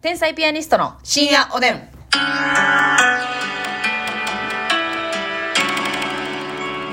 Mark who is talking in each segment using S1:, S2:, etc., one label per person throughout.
S1: 天才ピアニストの
S2: 深夜おでん。
S1: ど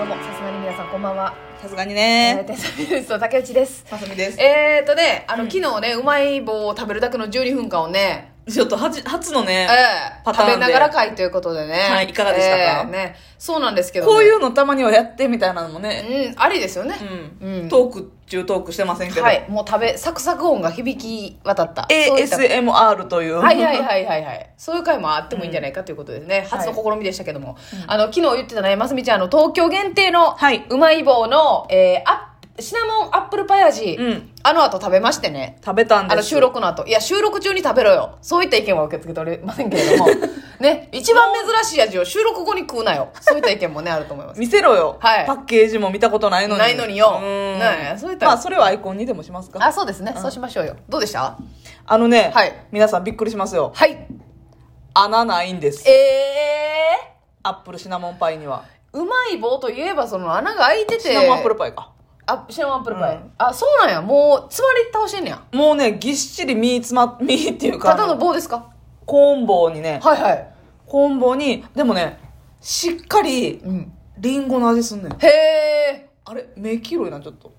S1: うもさすがに皆さんこんばんは、
S2: さすがに
S1: えー
S2: ね。
S1: 天才ピアニストの竹内です
S2: さすみです。
S1: えーとねあの、昨日ねうまい棒を食べるだけの12分間をね、
S2: ちょっとはじ初のね
S1: え、ー
S2: パター
S1: 食
S2: ンで
S1: べながら会ということでね
S2: はいいかがでしたか
S1: えーね、そうなんですけどね、
S2: こういうのたまにはやってみたいなのもね、
S1: うんありですよね、
S2: うん
S1: うん
S2: トーク中トークしてませんけど、
S1: はいもう食べサクサク音が響き渡ったそういった
S2: ASMR という。
S1: はいはいはいはいはい。そういう回もあってもいいんじゃないかということですね。初の試みでしたけども。あの、昨日言ってたね、ますみちゃん、あの、東京限定の、
S2: はい。
S1: うまい棒の、えー、アップシナモンアップルパイ味、
S2: うん
S1: あの後食べましてね。
S2: 食べたんです。
S1: あの収録の後。いや、収録中に食べろよ。そういった意見は受け付けておりませんけれど も。ね、一番珍しい味を収録後に食うなよ。そういった意見もね、あると思 います。
S2: 見せろよ。
S1: はい
S2: パッケージも見たことないのに。
S1: ないのによ
S2: うん
S1: ねえそういった
S2: まあ、それはアイコンにでもしますか。
S1: あ、そうですね。そうしましょうよ。どうでした
S2: あのね、
S1: はい
S2: 皆さんびっくりしますよ。
S1: はい。
S2: 穴ないんです。
S1: え
S2: アップルシナモンパイには。
S1: ー、うまい棒といえば、その穴が開いてて。
S2: シナモンアップルパイか。
S1: あ、シナモンアップルパイ。
S2: うん
S1: あ、そうなんや。もう、つまり倒してんねや。
S2: もうね、ぎっしり身詰ま、身っていうか、
S1: ただの棒ですか
S2: コーン棒にね、
S1: はいはい。
S2: コーン棒に、でもね、しっかり、
S1: うん。
S2: リンゴの味すんねん。
S1: へえ。
S2: あれ目黄色いな、ちょっと。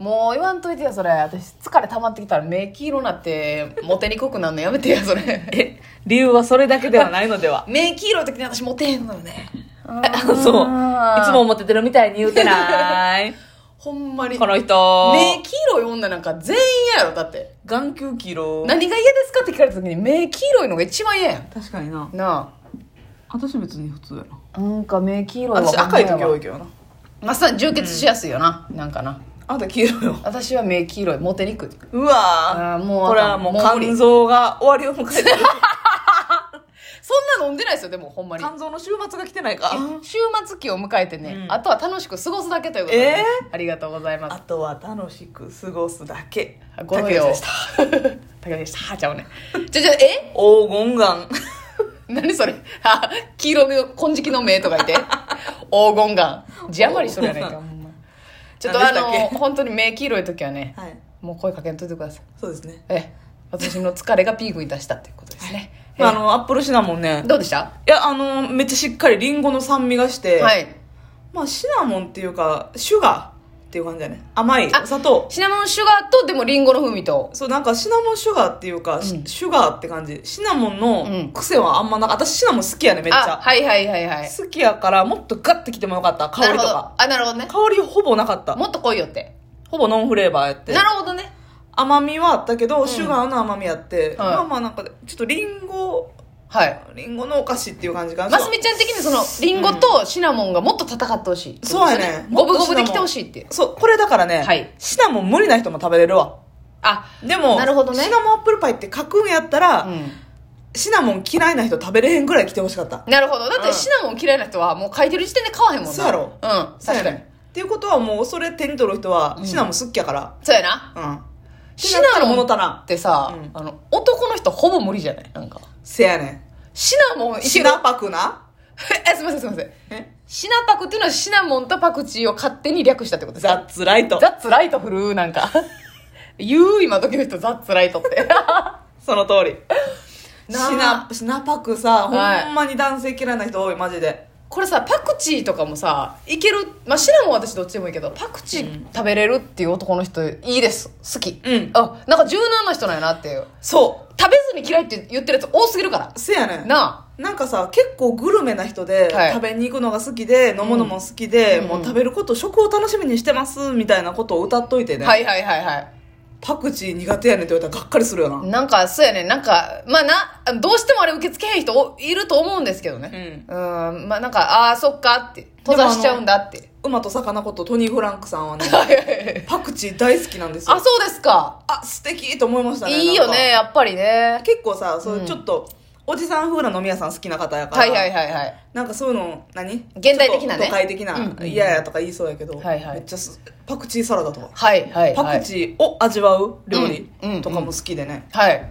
S1: もう言わんといてや、それ。私、疲れ溜まってきたら目黄色になって、モテにくくなるのやめてや、それ。
S2: え、理由はそれだけではないので は。
S1: 目黄色い時に私モテへんのよね。
S2: そう。いつも思っててるみたいに言うてない。
S1: ほんまに。
S2: こ
S1: 目
S2: の人。
S1: 黄色い女なんか全員嫌やろ、だって。
S2: 眼球黄色。
S1: 何が嫌ですかって聞かれた時に目黄色いのが一番嫌やん。
S2: 確かにな。
S1: な
S2: 私別に普通やな。
S1: あ。なんか目黄色い
S2: 私赤い時多いけどな。
S1: まさに充血しやすいよな。なんかな。
S2: あんた黄色いよ。
S1: 私は目黄色い、モテにくい。
S2: うわ
S1: あー
S2: ぁ。
S1: もう
S2: これはもう
S1: もう無理
S2: 肝臓が終わりを迎えてる。
S1: そんな飲んでないですよ、でも、ほんまに。
S2: 肝臓の週末が来てないか。
S1: 週末期を迎えてね、
S2: うん
S1: あとは楽しく過ごすだけということで、
S2: え
S1: ありがとうございま
S2: あ
S1: す。
S2: とは楽しく過ごすだけ。
S1: ご用
S2: 竹内でした。
S1: 竹でした。ちゃうね。 じゃじゃ、え
S2: 黄金眼。
S1: 何それ あ、黄色の金色の目とか言 って。黄金眼。字余りしとるやないか、ほんまちょっとあ
S2: 何でしたっけ
S1: の、本当に目黄色い時はね、
S2: はい。
S1: もう声かけんといてください。
S2: そうですね。
S1: ええ、私の疲れがピークに達したっていうことですね。ええ
S2: あの、アップルシナモンね。
S1: どうでした
S2: いや、あの、めっちゃしっかりリンゴの酸味がして、
S1: はい。
S2: まあ、シナモンっていうか、シュガーっていう感じだね。甘い、お砂糖。
S1: シナモンシュガーと、でもリンゴの風味と。
S2: そう、なんかシナモンシュガーっていうか、シ
S1: うん
S2: シュガーって感じ。シナモン
S1: うん
S2: の癖はあんまなかった。私シナモン好きやね、めっち
S1: あ、
S2: ゃ。
S1: はいはいはいはい。
S2: 好きやから、もっとガッてきてもよかった。香り
S1: な
S2: とか。
S1: るほどあなるほどね
S2: 香りほぼなかった。
S1: もっと来いよって
S2: ほぼノンフレーバーやって
S1: な。るほどね
S2: 甘みはあったけど、
S1: ん
S2: シュガーの甘みやって、
S1: い
S2: まあまあなんか、ちょっとリンゴ、
S1: はい
S2: リンゴのお菓子っていう感じかな。
S1: ますみちゃん的にそのリンゴとシナモンがもっと戦ってほしいってことですよ、
S2: そうやね
S1: 五分五分で来てほしいっていう
S2: そう、これだからね、
S1: はい
S2: シナモン無理な人も食べれるわ。
S1: あ
S2: でも、
S1: なるほどね
S2: シナモンアップルパイって書くんやったら、
S1: うん
S2: シナモン嫌いな人食べれへんぐらい来てほしかった。
S1: なるほどだっ
S2: う
S1: て
S2: ん
S1: シナモン嫌いな人はもう書いてる時点で買わへんもんな
S2: そうやろ
S1: うん確かに
S2: っていうことはもう、それ手に取る人は、シナモン好きやから。
S1: そうやな
S2: うん。
S1: シナモ
S2: も
S1: ン
S2: の
S1: っ
S2: かな。
S1: てさ、
S2: うん
S1: あの男の人ほぼ無理じゃないなんか
S2: せやね
S1: シナモン
S2: ん。シナパクな
S1: えすいませんすいません
S2: え
S1: シナパクっていうのはシナモンとパクチーを勝手に略したってことです
S2: ザッツライト
S1: ザ。ッツライト振るなんか 言う今時の人ザッツライトって
S2: その通り。
S1: なあ
S2: シナ、シナパクさ、
S1: はい
S2: ほんまに男性嫌いな人多い、マジで。
S1: これさパクチーとかもさいける、まあ、シナモンは私どっちでもいいけどパクチー食べれるっていう男の人いいです好き
S2: うん
S1: あなんか柔軟な人なんやなっていう
S2: そ
S1: 食べずに嫌いって言ってるやつ多すぎるから
S2: う。せやねん。
S1: な
S2: なんかさ結構グルメな人で、
S1: はい
S2: 食べに行くのが好きで飲むのも好きで、
S1: うん
S2: もう食べること食を楽しみにしてますみたいなことを歌っといて
S1: あ
S2: ね、
S1: はいはいはいはい
S2: パクチー苦手やねんって言われたらがっかりするよな、
S1: なんかそうやねなんかまあなどうしてもあれ受け付けへん人おいると思うんですけどねうんんまあなんかああーそっかって閉ざしちゃうんだって
S2: 馬と魚ことトニー・フランクさん はね
S1: はいはいはい
S2: パクチー大好きなんですよ
S1: あそうですか
S2: あ素敵と思いましたね
S1: いいよね
S2: なん
S1: やっぱりね
S2: か結構さそう
S1: う
S2: い
S1: ん
S2: うちょっと、おじさん風な飲み屋さん好きな方やから、
S1: はいはいはいはい
S2: なんかそういうの何
S1: 現代的なね
S2: ちょっと都会的な
S1: うんうん
S2: 「嫌やや」とか言いそうやけど、
S1: はいはい
S2: めっちゃすパクチーサラダとか
S1: はいはい
S2: パクチーを味わう料理
S1: うんうん
S2: とかも好きでね、
S1: はい、はい、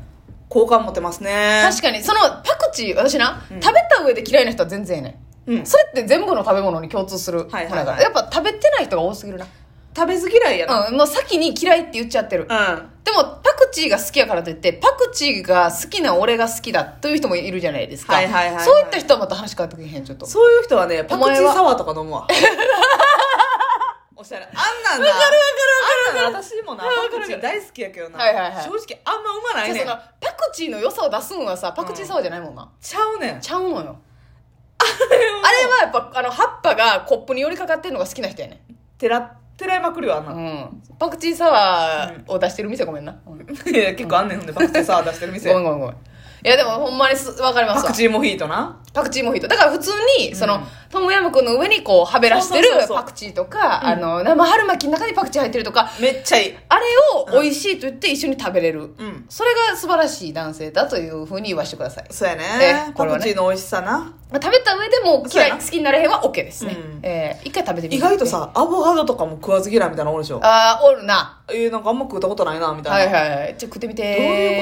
S2: 好感持てますね
S1: 確かにそのパクチー私な、
S2: うん
S1: 食べた上で嫌いな人は全然いない、
S2: うん
S1: それって全部の食べ物に共通するもの
S2: はいは
S1: や
S2: いはい
S1: からやっぱ食べてない人が多すぎるな
S2: 食べず嫌いやな。
S1: うん、もう先に嫌いって言っちゃってる。
S2: うん。
S1: でも、パクチーが好きやからといって、パクチーが好きな俺が好きだという人もいるじゃないですか。
S2: はいはいはいはい
S1: そういった人はまた話変わってけへん、ちょっと。
S2: そういう人はね、パク
S1: お
S2: チ
S1: 前
S2: ー
S1: は
S2: サワーとか飲むわ。おしゃれ。あんなんな。わかるわかるわかる。あんなんな私もな、パクチー大好きやけどな。
S1: はいはいはい
S2: 正直あんまうまない
S1: じゃあそ
S2: ねん
S1: の。、パクチーの良さを出すのはさ、パクチーサワーじゃないもんな。
S2: ちゃうねん。
S1: ちゃうのよ。あれはやっぱ、あの、葉っぱがコップに寄りかかってるのが好きな人やね。
S2: てら、てらいまくるよ、あんな。
S1: うんん。パクチーサワーを出してる店ごめんな。うんご
S2: いや結構あんねん、ほんで、パクチーサワー出してる店
S1: め。んごめんごめん。いやでもほんまにすわかります
S2: パ
S1: わ
S2: クチーモヒートな。
S1: パクチーモヒート。だから普通に、その、
S2: うん
S1: トムヤムクンの上にこう、はべらしてる
S2: そうそうそうそう
S1: パクチーとか、あの、生春巻きの中にパクチー入ってるとか、
S2: めっちゃいい。
S1: あれを美味しいと言って一緒に食べれる。
S2: うん。
S1: それが素晴らしい男性だというふうに言わせてください。
S2: そうや
S1: え
S2: ね。
S1: こ
S2: パ
S1: れはね
S2: クチーの美味しさな。
S1: まあ食べた上でも
S2: そう
S1: 嫌
S2: や
S1: い、
S2: な
S1: 好きになれへんは OK ですね。
S2: うん
S1: えー一回食べてみて
S2: 意外と。さ、アボカドとかも食わず嫌いみたいなのおるでしょ。
S1: あー、おるな。
S2: えー、なんかあんま食ったことないな、みた
S1: はいい
S2: な。
S1: はいはい。ちょっと食ってみて。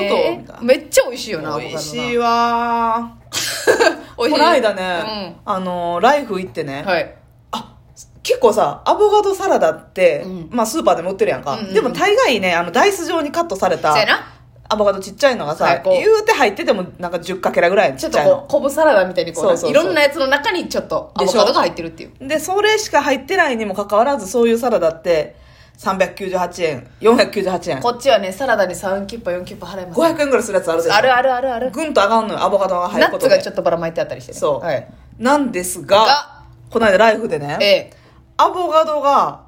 S2: どういうことみたいな
S1: めっちゃ美味しいよな、
S2: 美味しい
S1: よ。
S2: わー。
S1: 美味しい。
S2: こないだね、あのー、ライフ行って
S1: う
S2: ね
S1: ん。、はい。
S2: あ結構さアボカドサラダって、
S1: うん
S2: まあ、スーパーでも売ってるやんか、
S1: うんうんうん
S2: でも大概ねあのダイス状にカットされた
S1: そうやな。
S2: アボカドちっちゃいのがさ、
S1: はいこう
S2: 言うて入っててもなんか10かけらぐらいの
S1: ち
S2: ち
S1: ょ
S2: っ
S1: っと
S2: ちゃい
S1: こ
S2: の
S1: う、コブサラダみたいにこうな
S2: そうそうそう
S1: いろんなやつの中にちょっとアボカドが入ってるっていう。
S2: でそれしか入ってないにもかかわらずそういうサラダって398円498円
S1: こっちはね、サラダに3キュッパ、4キュッパ払います。
S2: 500円ぐらいするやつあるでしょ
S1: あるあるあるある。
S2: ぐんと上がんのよアボカドが入
S1: ナ
S2: る
S1: ッ
S2: こ
S1: ツ
S2: と
S1: が
S2: で
S1: ちょっとばらまいてあったりしてね。
S2: そう
S1: はい。
S2: なんですが
S1: が
S2: この間ライフでね、
S1: ええ。
S2: アボカドが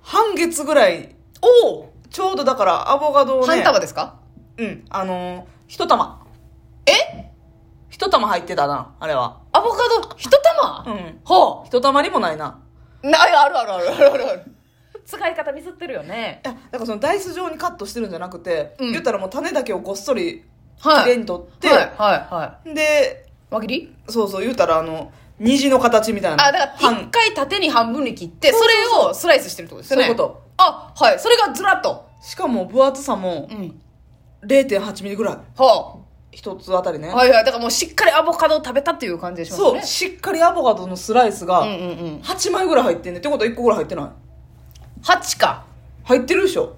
S2: 半月ぐらい
S1: おお
S2: ちょうどだからアボカドをね
S1: 半束ですか
S2: うん、あのー、一玉。
S1: え
S2: 一玉入ってたな、あれは。
S1: アボカド一玉
S2: ん。
S1: ほ
S2: 一玉にもないな。
S1: う。な、あるあるあるあるあるある。使い方ミスってるよね。
S2: いや、だからそのダイス状にカットしてるんじゃなくて、
S1: うん
S2: 言ったらもう種だけをごっそり、
S1: はい。
S2: きれいに取って、
S1: はい、はい、は
S2: で、
S1: い。輪切り
S2: そうそう、言ったらあの、虹の形みたいな。
S1: あ、だから、一
S2: 半
S1: 回縦に半分に切って、そ
S2: そうそうそう
S1: れをスライスしてるってことですよね。
S2: そういうこと。
S1: あ、はい。それがずらっと。
S2: しかも分厚さも
S1: うん。
S2: 0.8ミリぐらい。
S1: ほ
S2: 一つあたりね。
S1: う。はいはい。だからもうしっかりアボカドを食べたっていう感じでします
S2: そ
S1: ね。
S2: う、しっかりアボカドのスライス
S1: うん
S2: が、
S1: うんうん。
S2: 8枚ぐらい入ってんね。ってことは1個ぐらい入ってない。
S1: 8か。
S2: 入ってるでしょ。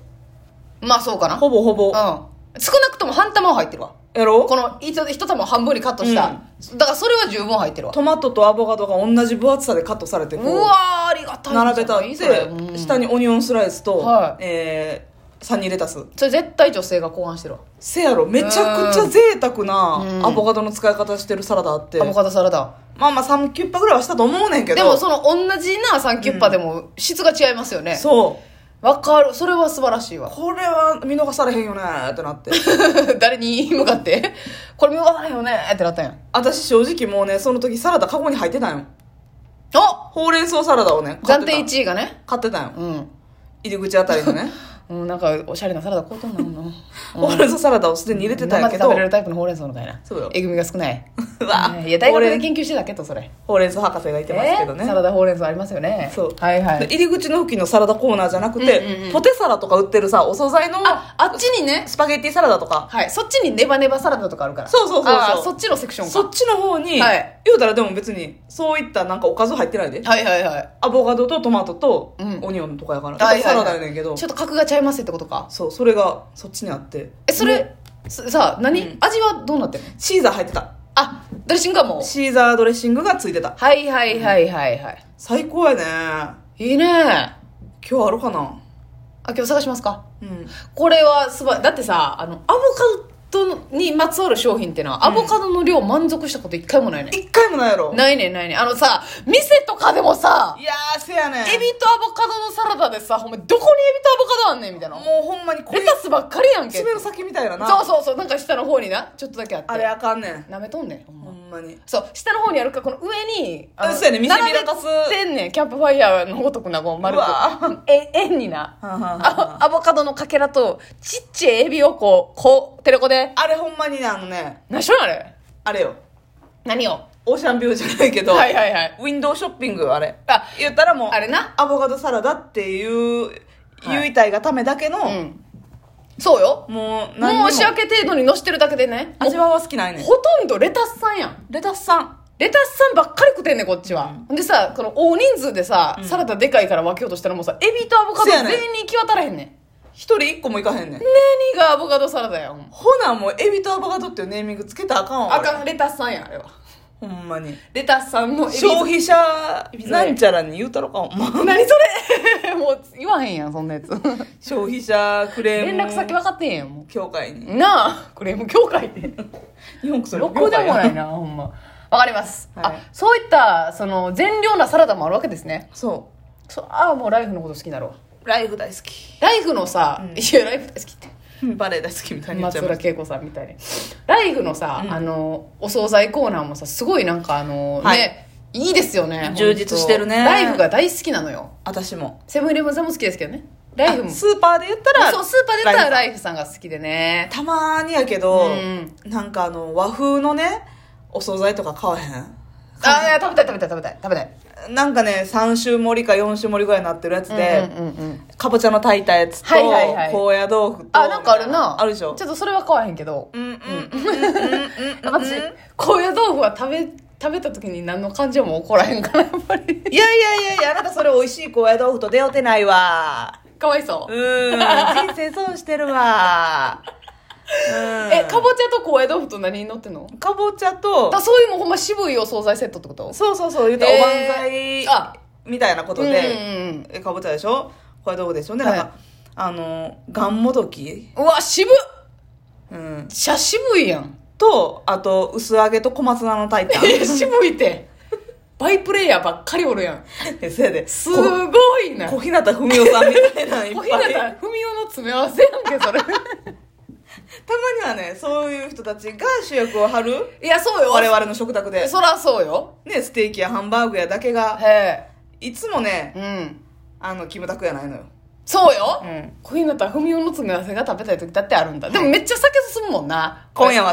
S1: まあそうかな。
S2: ほぼほぼ。
S1: うん。少なくとも半玉は入ってるわ。
S2: やろ
S1: この一一玉を半分にカットした。だからそれは十分入ってるわ。
S2: トマトとアボカドが同じ分厚さでカットされてこ
S1: う
S2: う
S1: わー、ありがたい。
S2: 並べたっ
S1: いいそれ。
S2: て
S1: 下
S2: 下
S1: に。
S2: にオニオンスライスと、
S1: はい
S2: えーサニーレタス
S1: それ絶対女性が考案してるわ。
S2: せやろめちゃくちゃ贅沢
S1: うん
S2: なアボカドの使い方してるサラダあって
S1: アボカドサラダ。
S2: まあまあ3キュッパぐらいはしたと思うねんけど
S1: でもその同じなサンキュッパでも質が違いますよね。
S2: そう
S1: わかる。それは素晴らしいわ。
S2: これは見逃されへんよねってなって
S1: 誰に向かってこれ見終わらへんよねってなったんやん。
S2: 私正直もうねその時サラダカゴに入ってたんよ
S1: お
S2: ほうれん草サラダをね買っ
S1: 暫
S2: てた
S1: 定1位がね。
S2: 買ってたんよ
S1: うん。
S2: 入り口あたりのね、
S1: うん、なんかおしゃれなサラダ 買うとんなも んな。
S2: ほうれん草サラダをすでに入れてたんやけ
S1: 生で
S2: ど
S1: 食べれるタイプのほうれん草みたいな。
S2: そうよ
S1: えぐみが少ない。
S2: うわ
S1: いや、大
S2: ほう
S1: 学で
S2: れん
S1: 研究してたけど、それ。
S2: ほうれん草博士がいてますけどね、
S1: えーサラダほうれん草ありますよね。
S2: そう
S1: はいはい。
S2: 入り口の付近のサラダコーナーじゃなくて、
S1: うんうんうん
S2: ポテサラとか売ってるさお惣菜の
S1: あ、あっちにね、
S2: スパゲッティサラダとか
S1: はい、そっちにネバネバサラダとかあるから。
S2: そうそうそうそう
S1: あーそっちのセクションか。
S2: そっちの方に、
S1: はい
S2: 言うたらでも別にそういったなんかおかず入ってないで
S1: はいはいはい。
S2: アボカドとトマトと
S1: うん
S2: オニオンとかやから、
S1: はいはいはい
S2: サラダやねんけど、
S1: ちょっと格がちゃいますってことか。
S2: そうそれがそっちにあって
S1: え、そ
S2: もう
S1: れ、すさあ、何、
S2: うん
S1: 味はどうなってるの
S2: シーザー入ってた
S1: あ、ドレッシングはもう。
S2: シーザードレッシングがついてた
S1: はいはいはいはいはい。
S2: 最高やね
S1: いいねあ、
S2: 今日あるかな
S1: 今日探しますか。
S2: うん
S1: これはすばだってさ、あの、アボカドにまつわる商品っていうのは、アボカドの量満足したこと一回もないね。
S2: 一回もないやろ
S1: ないねんないねんあのさ、店とかでもさ、
S2: いやーせやねん
S1: エビとアボカドのサラダでさ、ほんまどこにエビとアボカドあんねんみたいな。レ
S2: もうほんまにこれ
S1: タスばっかりやんけ。
S2: 爪の先みたいなな
S1: そうそうそう、なんか下の方にな、ちょっとだけあって。
S2: あれあかんねん
S1: 舐めとんねん、ほん
S2: ほ
S1: ま。
S2: んまに
S1: そう、下の方にあるか、この上に、あの
S2: そうやね店見渡す
S1: 並べてんねん、キャンプファイヤーのごとくな、こう、丸く
S2: うわ。
S1: え、円にな。
S2: はんはんはんは
S1: あアボカドのかけらと、ちっちゃいエビをこう、こう、テレコで。
S2: あれほんまにねあのね
S1: 何しろあれ
S2: あれよ
S1: 何を
S2: オーシャンビューじゃないけど、
S1: はいはいはい。
S2: ウィンドウショッピングあれ
S1: あ、
S2: 言ったらもう
S1: あれな。
S2: アボカドサラダっていう、
S1: はい
S2: 言いたいがためだけの、
S1: うん。そうよ。
S2: もう何にも
S1: 申し訳程度にのしてるだけでね。もう
S2: 味わは好きないねん
S1: ほとんどレタスさんやん。
S2: レタスさん
S1: レレタスさんばっかり食ってんねんこっちは、でさこの大人数でさ、
S2: うん
S1: サラダでかいから分けようとしたらもうさエビとアボカド
S2: せや
S1: 全
S2: ねん
S1: 員に行き渡らへんねん
S2: 一人一個もいかへんね
S1: 何
S2: ん。
S1: がアボカドサラダやん
S2: ほな、もう、エビとアボカドっていうネーミングつけたらあかんわ。
S1: あ
S2: 俺
S1: かんレタスさんやあれは
S2: ほんまに。
S1: レタスさんのエビ
S2: 消費者
S1: ビ、
S2: なんちゃらに言うたろか、ほんま。
S1: 何それ もう言わへんやんそんなやつ
S2: 消費者クレー
S1: 連
S2: ム。
S1: 絡先分かってへんやんも
S2: 協会に。
S1: うなあクレーム協会 で
S2: 日本それ
S1: ろくでもないなほんまわかります、
S2: はい
S1: あそういったその善良なサラダもあるわけですね
S2: そ
S1: そうああもうライフのこと好きだろう
S2: う。ライフ大好き。
S1: ライフのさ、
S2: うん
S1: いやライフ大好きって
S2: バレエ大好きみたいに言っちゃ
S1: 松
S2: いま
S1: 浦
S2: し
S1: 恵子さんみたいにライフのさ、
S2: うん
S1: あのお惣菜コーナーもさすごいなんかあの、
S2: はい
S1: ねいいですよね
S2: 充実してるね
S1: ほんとライフが大好きなのよ
S2: た。私も。
S1: セブンイレブンさんも好きですけどねライフも
S2: あ
S1: そ
S2: スーパーで言ったら、
S1: うスーパーで言ったら
S2: ライ
S1: ライフさんが好きでね
S2: フたまーにやけど、
S1: うん
S2: なんかあの、和風のね、お惣菜とか買わへん。
S1: あいや食べたい食べたい食べたい食べたい
S2: なんかね、3種盛りか4種盛りぐらいになってるやつで、
S1: うんうんうんうん
S2: かぼちゃの炊いたやつと、
S1: はいはいはい
S2: 高野豆腐と。
S1: あなんかあるな
S2: あるでしょ
S1: ちょっとそれは買わへんけど
S2: うんうんうんうんう んうん
S1: 私高野豆腐は食べ食べた時に何の感情も起こらへんからやっぱり
S2: いやいやいやいや、あなたそれ美味しい高野豆腐と出会うてないわ。
S1: かわいそう
S2: うーん、人生損してるわ。うん
S1: え、かぼちゃと高野豆腐と何に乗ってんの
S2: かぼちゃと
S1: だ、そういうもうほんま渋いお惣菜セットってこと
S2: そうそうそう、言うたら
S1: えー
S2: おばんざい
S1: あ
S2: みたいなこと
S1: うんうん
S2: で、
S1: うん
S2: えかぼちゃでしょこれどうでしょうね。
S1: はい
S2: なんか、あの、がんもどき、
S1: うわ、渋っ
S2: うん、
S1: しゃ渋いやん。
S2: と、あと、薄揚げと小松菜の炊いた
S1: え、渋いって。バイプレイヤーばっかりおるやん。
S2: ん。 せやで、
S1: すごいな。
S2: 小
S1: 小
S2: 日向文夫さんみたいなのいっ
S1: 日
S2: ぱ
S1: 向
S2: い。
S1: 文世の詰め合わせやん け、それ。
S2: たまにはね、そういう人たちが主役を張る、
S1: いや、そうよ。
S2: 我々の食卓で。
S1: そらそうよ。
S2: ね、ステーキやハンバーグやだけが、
S1: へ
S2: いつもね
S1: え。、うん。
S2: あの、キムタクやないのよ。
S1: そうよ。
S2: うん
S1: 小日向文世の詰め合わせが食べたい時だってあるんだ。でもめっちゃ酒進むもんな。
S2: 今夜は